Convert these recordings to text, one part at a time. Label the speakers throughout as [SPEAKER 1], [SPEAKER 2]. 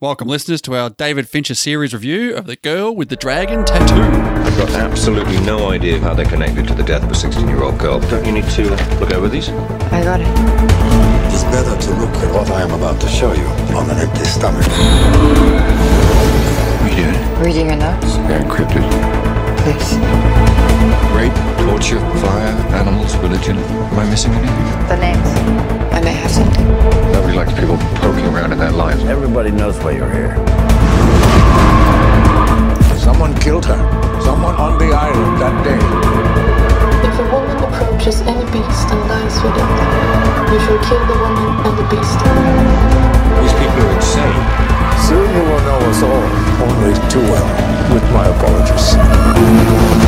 [SPEAKER 1] Welcome, listeners, to our David Fincher series review of The Girl with the Dragon Tattoo.
[SPEAKER 2] I've got absolutely no idea of how they're connected to the death of a 16 year old girl. Don't you need to uh, look over these?
[SPEAKER 3] I got it.
[SPEAKER 4] It is better to look at what I am about to show you on an empty stomach.
[SPEAKER 2] What are you doing?
[SPEAKER 3] Reading your notes,
[SPEAKER 4] They're encrypted.
[SPEAKER 3] please.
[SPEAKER 2] Rape, torture, fire, animals, religion. Am I missing anything?
[SPEAKER 3] The names. I may have something.
[SPEAKER 2] Nobody likes people poking around in their lives.
[SPEAKER 5] Everybody knows why you're here.
[SPEAKER 4] Someone killed her. Someone on the island that day.
[SPEAKER 6] If a woman approaches any beast and lies with it, you shall kill the woman and the beast.
[SPEAKER 2] These people are insane.
[SPEAKER 4] Soon you will know us all. Only too well. With my apologies.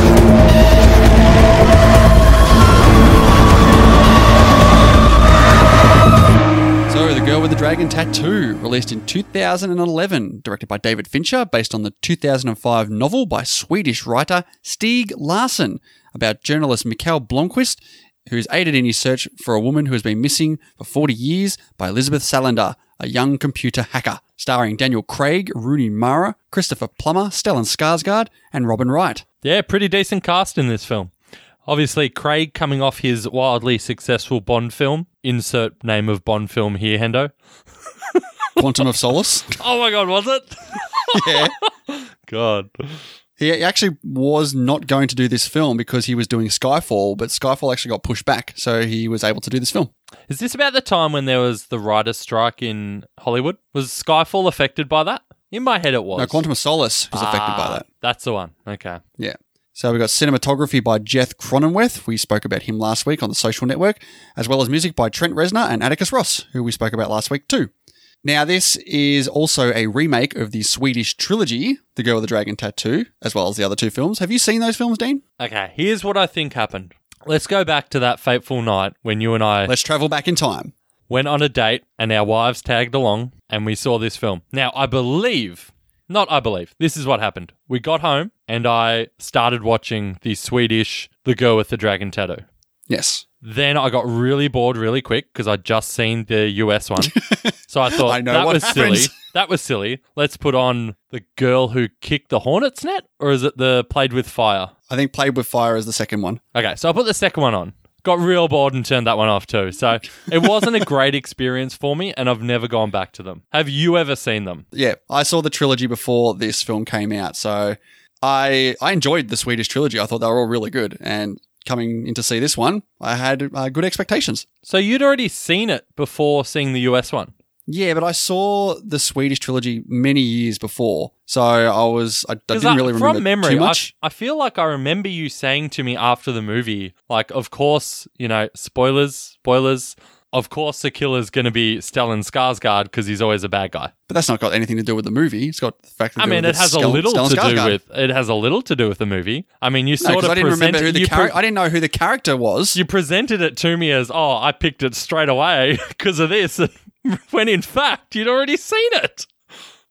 [SPEAKER 1] So, The Girl with the Dragon Tattoo, released in 2011, directed by David Fincher, based on the 2005 novel by Swedish writer Stieg Larsson about journalist Mikael Blomqvist, who is aided in his search for a woman who has been missing for 40 years by Elizabeth Salander, a young computer hacker, starring Daniel Craig, Rooney Mara, Christopher Plummer, Stellan Skarsgård, and Robin Wright.
[SPEAKER 7] Yeah, pretty decent cast in this film. Obviously, Craig coming off his wildly successful Bond film. Insert name of Bond film here, Hendo.
[SPEAKER 1] Quantum of Solace.
[SPEAKER 7] Oh my god, was it?
[SPEAKER 1] Yeah.
[SPEAKER 7] God.
[SPEAKER 1] He actually was not going to do this film because he was doing Skyfall, but Skyfall actually got pushed back, so he was able to do this film.
[SPEAKER 7] Is this about the time when there was the writer's strike in Hollywood? Was Skyfall affected by that? In my head, it was.
[SPEAKER 1] No, Quantum of Solace was affected by
[SPEAKER 7] Ah,
[SPEAKER 1] that.
[SPEAKER 7] That's the one. Okay.
[SPEAKER 1] Yeah. So we got cinematography by Jeff Cronenweth. We spoke about him last week on the social network, as well as music by Trent Reznor and Atticus Ross, who we spoke about last week too. Now, this is also a remake of the Swedish trilogy, The Girl with the Dragon Tattoo, as well as the other two films. Have you seen those films, Dean?
[SPEAKER 7] Okay, here's what I think happened. Let's go back to that fateful night when you and I
[SPEAKER 1] Let's travel back in time.
[SPEAKER 7] went on a date and our wives tagged along and we saw this film. Now, I believe, not I believe, this is what happened. We got home and I started watching the Swedish The Girl with the Dragon Tattoo.
[SPEAKER 1] Yes.
[SPEAKER 7] Then I got really bored really quick because I'd just seen the US one. so I thought
[SPEAKER 1] I know
[SPEAKER 7] that
[SPEAKER 1] what
[SPEAKER 7] was
[SPEAKER 1] happens."
[SPEAKER 7] silly. That was silly. Let's put on The Girl Who Kicked the Hornet's Net or is it the Played with Fire?
[SPEAKER 1] I think Played with Fire is the second one.
[SPEAKER 7] Okay, so I put the second one on. Got real bored and turned that one off too. So it wasn't a great experience for me, and I've never gone back to them. Have you ever seen them?
[SPEAKER 1] yeah, I saw the trilogy before this film came out, so I I enjoyed the Swedish trilogy. I thought they were all really good, and coming in to see this one, I had uh, good expectations.
[SPEAKER 7] So you'd already seen it before seeing the US one.
[SPEAKER 1] Yeah, but I saw the Swedish trilogy many years before, so I was I, I
[SPEAKER 7] 'Cause
[SPEAKER 1] didn't really remember
[SPEAKER 7] from memory,
[SPEAKER 1] too much.
[SPEAKER 7] I, I feel like I remember you saying to me after the movie, like, of course, you know, spoilers, spoilers. Of course, the killer's going to be Stellan Skarsgård because he's always a bad guy.
[SPEAKER 1] but that's not got anything to do with the movie. It's got the fact. That
[SPEAKER 7] I
[SPEAKER 1] there
[SPEAKER 7] mean,
[SPEAKER 1] was
[SPEAKER 7] it has a
[SPEAKER 1] Skell-
[SPEAKER 7] little
[SPEAKER 1] Stellan
[SPEAKER 7] to do
[SPEAKER 1] Skarsgård.
[SPEAKER 7] with it has a little to do with the movie. I mean, you
[SPEAKER 1] No,
[SPEAKER 7] sort
[SPEAKER 1] 'cause
[SPEAKER 7] of
[SPEAKER 1] I didn't remember who
[SPEAKER 7] presented-
[SPEAKER 1] the
[SPEAKER 7] you
[SPEAKER 1] char-
[SPEAKER 7] pre-
[SPEAKER 1] I didn't know who the character was.
[SPEAKER 7] you presented it to me as, oh, I picked it straight away because of this, when in fact you'd already seen it.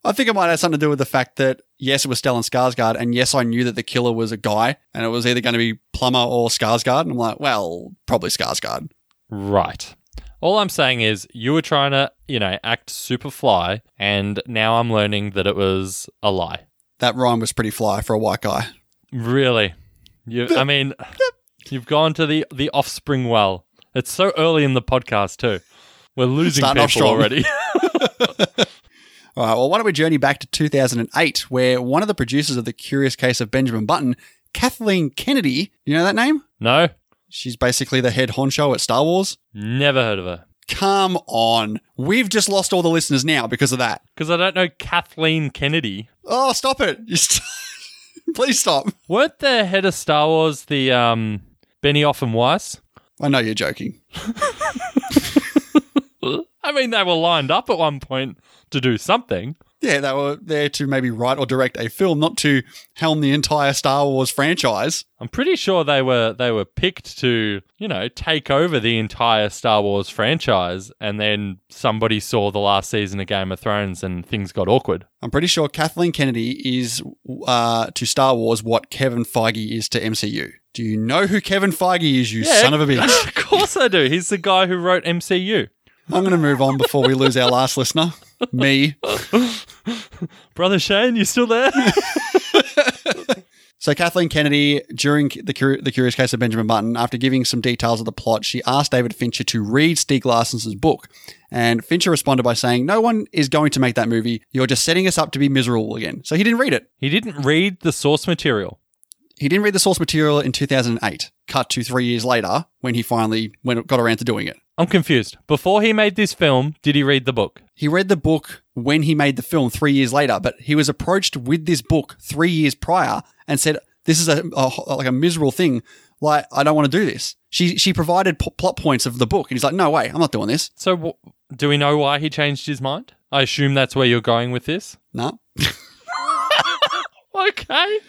[SPEAKER 1] I think it might have something to do with the fact that yes, it was Stellan Skarsgård, and yes, I knew that the killer was a guy, and it was either going to be Plummer or Skarsgård, and I'm like, well, probably Skarsgård.
[SPEAKER 7] Right. All I'm saying is you were trying to, you know, act super fly, and now I'm learning that it was a lie.
[SPEAKER 1] That rhyme was pretty fly for a white guy.
[SPEAKER 7] Really? You, I mean, you've gone to the the offspring well. It's so early in the podcast too. We're losing
[SPEAKER 1] Starting off
[SPEAKER 7] people
[SPEAKER 1] strong.
[SPEAKER 7] already.
[SPEAKER 1] All right, well, why don't we journey back to 2008, where one of the producers of The Curious Case of Benjamin Button, Kathleen Kennedy, you know that name?
[SPEAKER 7] no,
[SPEAKER 1] She's basically the head honcho at Star Wars.
[SPEAKER 7] never heard of her
[SPEAKER 1] Come on. We've just lost all the listeners now because of that.
[SPEAKER 7] because I don't know Kathleen Kennedy.
[SPEAKER 1] Oh, stop it. You st- Please stop.
[SPEAKER 7] Weren't the head of Star Wars the um, Benioff and Weiss?
[SPEAKER 1] I know you're joking.
[SPEAKER 7] I mean, they were lined up at one point to do something.
[SPEAKER 1] Yeah, they were there to maybe write or direct a film, not to helm the entire Star Wars franchise.
[SPEAKER 7] I'm pretty sure they were they were picked to you know take over the entire Star Wars franchise, and then somebody saw the last season of Game of Thrones, and things got awkward.
[SPEAKER 1] I'm pretty sure Kathleen Kennedy is uh, to Star Wars what Kevin Feige is to MCU. Do you know who Kevin Feige is, you son of a bitch?
[SPEAKER 7] of course I do. He's the guy who wrote MCU.
[SPEAKER 1] I'm going to move on before we lose our last listener, me.
[SPEAKER 7] Brother Shane, you still there?
[SPEAKER 1] So Kathleen Kennedy, during the, Cur- the Curious Case of Benjamin Button, after giving some details of the plot, she asked David Fincher to read Stieg Larsson's book, and Fincher responded by saying, "No one is going to make that movie. You're just setting us up to be miserable again." So he didn't read it.
[SPEAKER 7] he didn't read the source material.
[SPEAKER 1] He didn't read the source material in 2008. Cut to three years later when he finally went, got around to doing it.
[SPEAKER 7] I'm confused. Before he made this film, did he read the book?
[SPEAKER 1] He read the book when he made the film three years later, but he was approached with this book three years prior and said, "This is a, a like a miserable thing. Like I don't want to do this." She she provided p- plot points of the book, and he's like, "No way, I'm not doing this."
[SPEAKER 7] So, w- do we know why he changed his mind? I assume that's where you're going with this.
[SPEAKER 1] No,
[SPEAKER 7] Okay.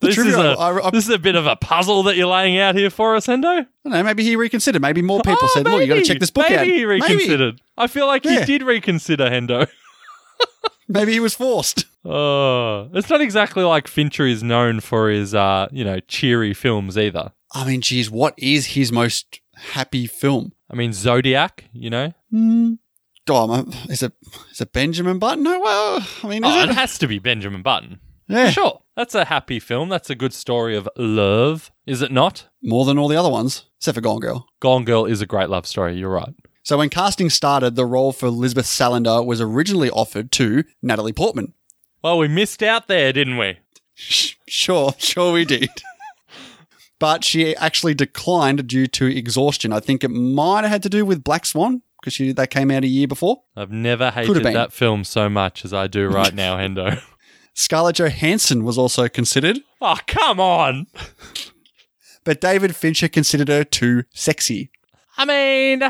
[SPEAKER 7] This is,
[SPEAKER 1] trivia-
[SPEAKER 7] a,
[SPEAKER 1] I- I-
[SPEAKER 7] this is a bit of a puzzle that you're laying out here for us, Endo.
[SPEAKER 1] I don't know. Maybe he reconsidered. Maybe more people
[SPEAKER 7] Oh,
[SPEAKER 1] said, "Look, you got to
[SPEAKER 7] maybe.
[SPEAKER 1] check this book
[SPEAKER 7] maybe
[SPEAKER 1] out."
[SPEAKER 7] he reconsidered. I feel like
[SPEAKER 1] Yeah.
[SPEAKER 7] he did reconsider, Hendo.
[SPEAKER 1] Maybe, maybe he was forced.
[SPEAKER 7] Oh, it's not exactly like Fincher is known for his, uh, you know, cheery films either.
[SPEAKER 1] I mean, geez, what is his most happy film?
[SPEAKER 7] I mean, Zodiac, you know,
[SPEAKER 1] Hmm. Oh, I'm a- is it is it Benjamin Button? No, well, I mean, is
[SPEAKER 7] oh,
[SPEAKER 1] it?
[SPEAKER 7] it has to be Benjamin Button.
[SPEAKER 1] Yeah.
[SPEAKER 7] Sure, that's a happy film. That's a good story of love, is it not?
[SPEAKER 1] more than all the other ones, except for Gone Girl.
[SPEAKER 7] Gone Girl is a great love story. You're right.
[SPEAKER 1] So when casting started, the role for Lisbeth Salander was originally offered to Natalie Portman.
[SPEAKER 7] Well, we missed out there, didn't we?
[SPEAKER 1] Sh- Sure, sure we did. but she actually declined due to exhaustion. I think it might have had to do with Black Swan because she that came out a year before.
[SPEAKER 7] I've never hated
[SPEAKER 1] been.
[SPEAKER 7] that film so much as I do right now, Hendo.
[SPEAKER 1] Scarlett Johansson was also considered,
[SPEAKER 7] Oh, come on.
[SPEAKER 1] but David Fincher considered her too sexy.
[SPEAKER 7] I mean,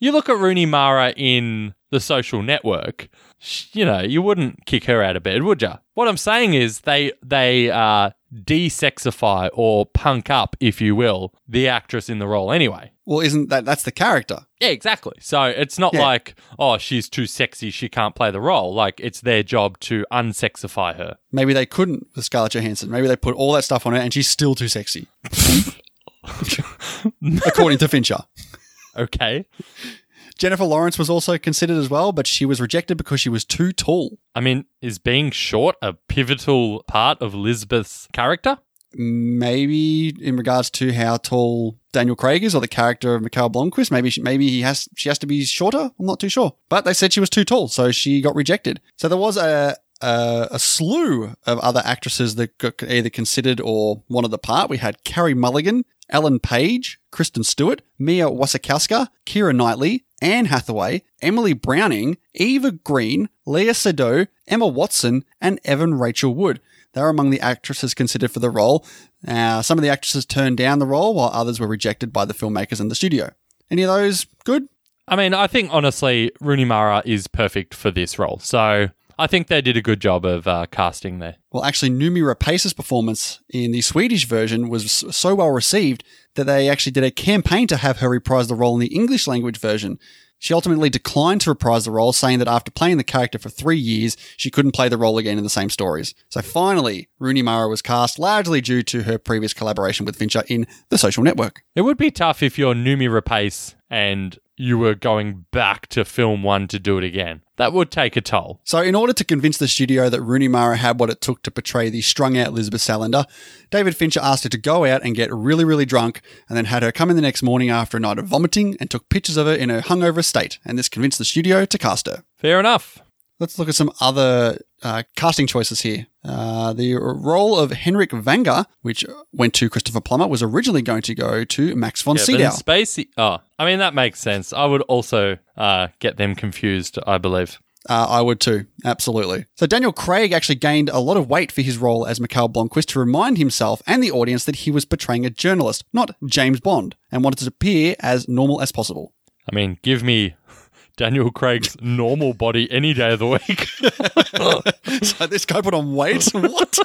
[SPEAKER 7] you look at Rooney Mara in The Social Network. sh- You know, you wouldn't kick her out of bed, would you? What I'm saying is they they uh, de-sexify or punk up, if you will, the actress in the role anyway.
[SPEAKER 1] Well, isn't that that's the character?
[SPEAKER 7] Yeah, exactly. So it's not
[SPEAKER 1] Yeah.
[SPEAKER 7] like, oh, she's too sexy, she can't play the role. Like, it's their job to unsexify her.
[SPEAKER 1] Maybe they couldn't with Scarlett Johansson. Maybe they put all that stuff on her and she's still too sexy. According to Fincher.
[SPEAKER 7] Okay.
[SPEAKER 1] Jennifer Lawrence was also considered as well, but she was rejected because she was too tall.
[SPEAKER 7] I mean, is being short a pivotal part of Lisbeth's character?
[SPEAKER 1] Maybe in regards to how tall Daniel Craig is, or the character of Mikhail Blomquist, maybe she, maybe he has she has to be shorter. I'm not too sure, but they said she was too tall, so she got rejected. So there was a a, a slew of other actresses that got either considered or wanted the part. We had Carrie Mulligan, Ellen Page, Kristen Stewart, Mia Wasikowska, Kira Knightley, Anne Hathaway, Emily Browning, Eva Green, Leah Sado, Emma Watson, and Evan Rachel Wood. They were among the actresses considered for the role. Uh, some of the actresses turned down the role, while others were rejected by the filmmakers and the studio. Any of those good?
[SPEAKER 7] I mean, I think honestly, Rooney Mara is perfect for this role. So I think they did a good job of uh, casting there.
[SPEAKER 1] Well, actually, Numi Rapace's performance in the Swedish version was s- so well received that they actually did a campaign to have her reprise the role in the English language version. She ultimately declined to reprise the role, saying that after playing the character for three years, she couldn't play the role again in the same stories. So finally, Rooney Mara was cast largely due to her previous collaboration with Fincher in The Social Network.
[SPEAKER 7] It would be tough if you're Numi Rapace and you were going back to film one to do it again. That would take a toll.
[SPEAKER 1] So, in order to convince the studio that Rooney Mara had what it took to portray the strung out Elizabeth Salander, David Fincher asked her to go out and get really, really drunk, and then had her come in the next morning after a night of vomiting and took pictures of her in her hungover state. And this convinced the studio to cast her.
[SPEAKER 7] Fair enough.
[SPEAKER 1] Let's look at some other uh, casting choices here. Uh, the role of Henrik Vanger, which went to Christopher Plummer, was originally going to go to Max von
[SPEAKER 7] Yeah, but in
[SPEAKER 1] Sydow.
[SPEAKER 7] Spacey. Oh, I mean that makes sense. I would also uh, get them confused. I believe.
[SPEAKER 1] Uh, I would too, absolutely. So Daniel Craig actually gained a lot of weight for his role as Mikhail Blomquist to remind himself and the audience that he was portraying a journalist, not James Bond, and wanted to appear as normal as possible.
[SPEAKER 7] I mean, give me Daniel Craig's normal body any day of the week.
[SPEAKER 1] so this guy put on weight. What?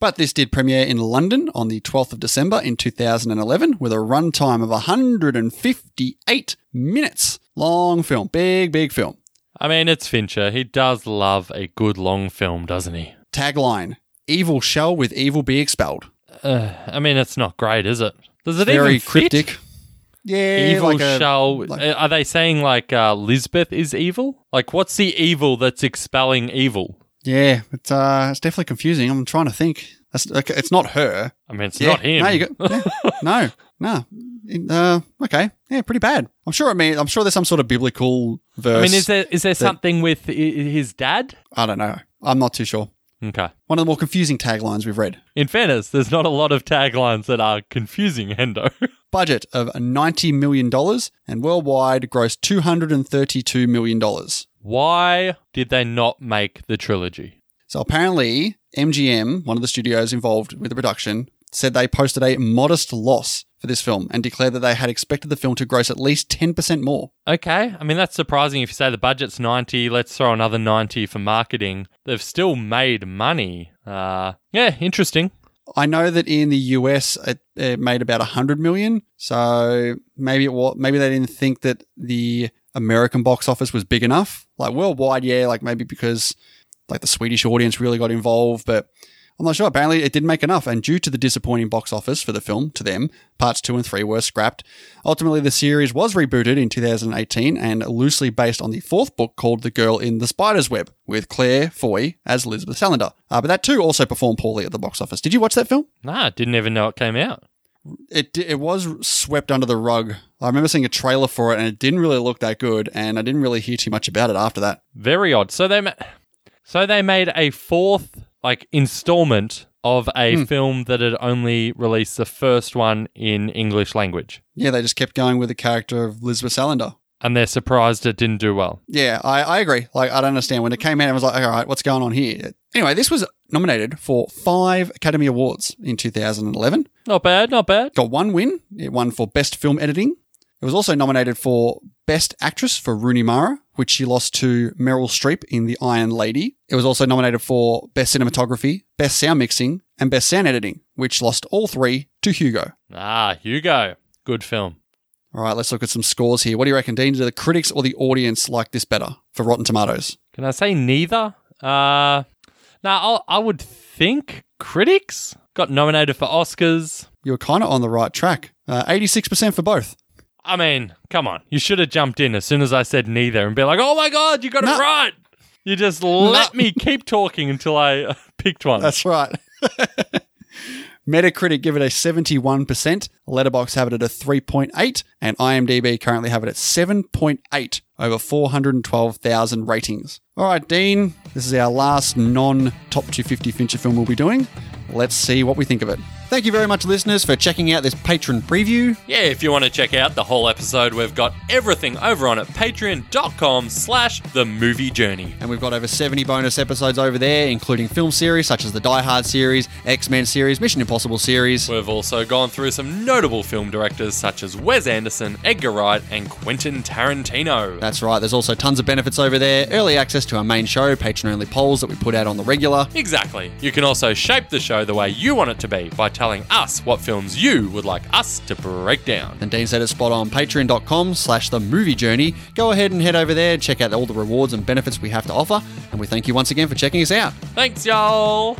[SPEAKER 1] But this did premiere in London on the 12th of December in 2011 with a runtime of 158 minutes. Long film, big, big film.
[SPEAKER 7] I mean, it's Fincher. He does love a good long film, doesn't he?
[SPEAKER 1] Tagline Evil shall with evil be expelled.
[SPEAKER 7] I mean, it's not great, is it? Does it
[SPEAKER 1] Very
[SPEAKER 7] even fit?
[SPEAKER 1] cryptic. Yeah,
[SPEAKER 7] evil
[SPEAKER 1] like a-
[SPEAKER 7] shall.
[SPEAKER 1] like-
[SPEAKER 7] are they saying like uh, Lisbeth is evil? Like, what's the evil that's expelling evil?
[SPEAKER 1] Yeah, it's uh, it's definitely confusing. I'm trying to think. That's okay, it's not her.
[SPEAKER 7] I mean, it's
[SPEAKER 1] Yeah,
[SPEAKER 7] not him.
[SPEAKER 1] No, you got, yeah, no, no. In- uh, okay, yeah, pretty bad. I'm sure. I mean, I'm sure there's some sort of biblical verse.
[SPEAKER 7] I mean, is there is there something with i- i- his dad?
[SPEAKER 1] I don't know. I'm not too sure.
[SPEAKER 7] Okay.
[SPEAKER 1] One of the more confusing taglines we've read.
[SPEAKER 7] In fairness, there's not a lot of taglines that are confusing, Hendo.
[SPEAKER 1] Budget of $90 million and worldwide gross $232 million.
[SPEAKER 7] Why did they not make the trilogy?
[SPEAKER 1] So apparently, MGM, one of the studios involved with the production, said they posted a modest loss for this film and declared that they had expected the film to gross at least 10% more.
[SPEAKER 7] Okay, I mean that's surprising. If you say the budget's ninety, let's throw another ninety for marketing. They've still made money. Uh, yeah, interesting.
[SPEAKER 1] I know that in the US it, it made about 100 million, so maybe it was, maybe they didn't think that the American box office was big enough. Like worldwide, yeah, like maybe because like the Swedish audience really got involved, but I'm not sure. Apparently, it didn't make enough, and due to the disappointing box office for the film to them, parts two and three were scrapped. Ultimately, the series was rebooted in 2018 and loosely based on the fourth book called The Girl in the Spider's Web with Claire Foy as Elizabeth Salander. Uh, but that too also performed poorly at the box office. Did you watch that film?
[SPEAKER 7] Nah, didn't even know it came out.
[SPEAKER 1] It, di- it was swept under the rug. I remember seeing a trailer for it, and it didn't really look that good, and I didn't really hear too much about it after that.
[SPEAKER 7] Very odd. So they, ma- so they made a fourth like installment of a film that had only released the first one in English language,
[SPEAKER 1] Yeah, they just kept going with the character of Elizabeth Salander.
[SPEAKER 7] and they're surprised it didn't do well.
[SPEAKER 1] Yeah, I, I agree. Like, I don't understand. When it came out, I was like, all right, what's going on here? Anyway, this was nominated for five Academy Awards in 2011.
[SPEAKER 7] Not bad, not bad.
[SPEAKER 1] Got one win. It won for Best Film Editing. It was also nominated for Best Actress for Rooney Mara, which she lost to Meryl Streep in The Iron Lady. It was also nominated for Best Cinematography, Best Sound Mixing, and Best Sound Editing, which lost all three to Hugo.
[SPEAKER 7] Ah, Hugo, good film.
[SPEAKER 1] All right, let's look at some scores here. What do you reckon, Dean? Do the critics or the audience like this better for Rotten Tomatoes?
[SPEAKER 7] Can I say neither? Uh, nah, I'll, I would think critics got nominated for Oscars.
[SPEAKER 1] You're kind of on the right track. Uh, 86% for both.
[SPEAKER 7] I mean, come on, you should have jumped in as soon as I said neither and be like, "Oh my god, you got
[SPEAKER 1] No.
[SPEAKER 7] it right." You just let me keep talking until I uh, picked one.
[SPEAKER 1] That's right. Metacritic give it a 71%, Letterbox have it at a 3.8, and IMDb currently have it at 7.8 over 412,000 ratings. All right, Dean, this is our last non top 250 Fincher film we'll be doing. Let's see what we think of it. Thank you very much, listeners, for checking out this patron preview.
[SPEAKER 7] Yeah, if you want to check out the whole episode, we've got everything over on at patreon.com slash the movie journey.
[SPEAKER 1] And we've got over 70 bonus episodes over there, including film series such as the Die Hard series, X Men series, Mission Impossible series.
[SPEAKER 7] We've also gone through some notable film directors such as Wes Anderson, Edgar Wright, and Quentin Tarantino.
[SPEAKER 1] That's right. There's also tons of benefits over there. Early access to our main show, patron only polls that we put out on the regular.
[SPEAKER 7] Exactly. You can also shape the show the way you want it to be by telling us what films you would like us to break down.
[SPEAKER 1] And Dean said it's spot on. Patreon.com slash the movie journey. Go ahead and head over there, check out all the rewards and benefits we have to offer. And we thank you once again for checking us out.
[SPEAKER 7] Thanks, y'all.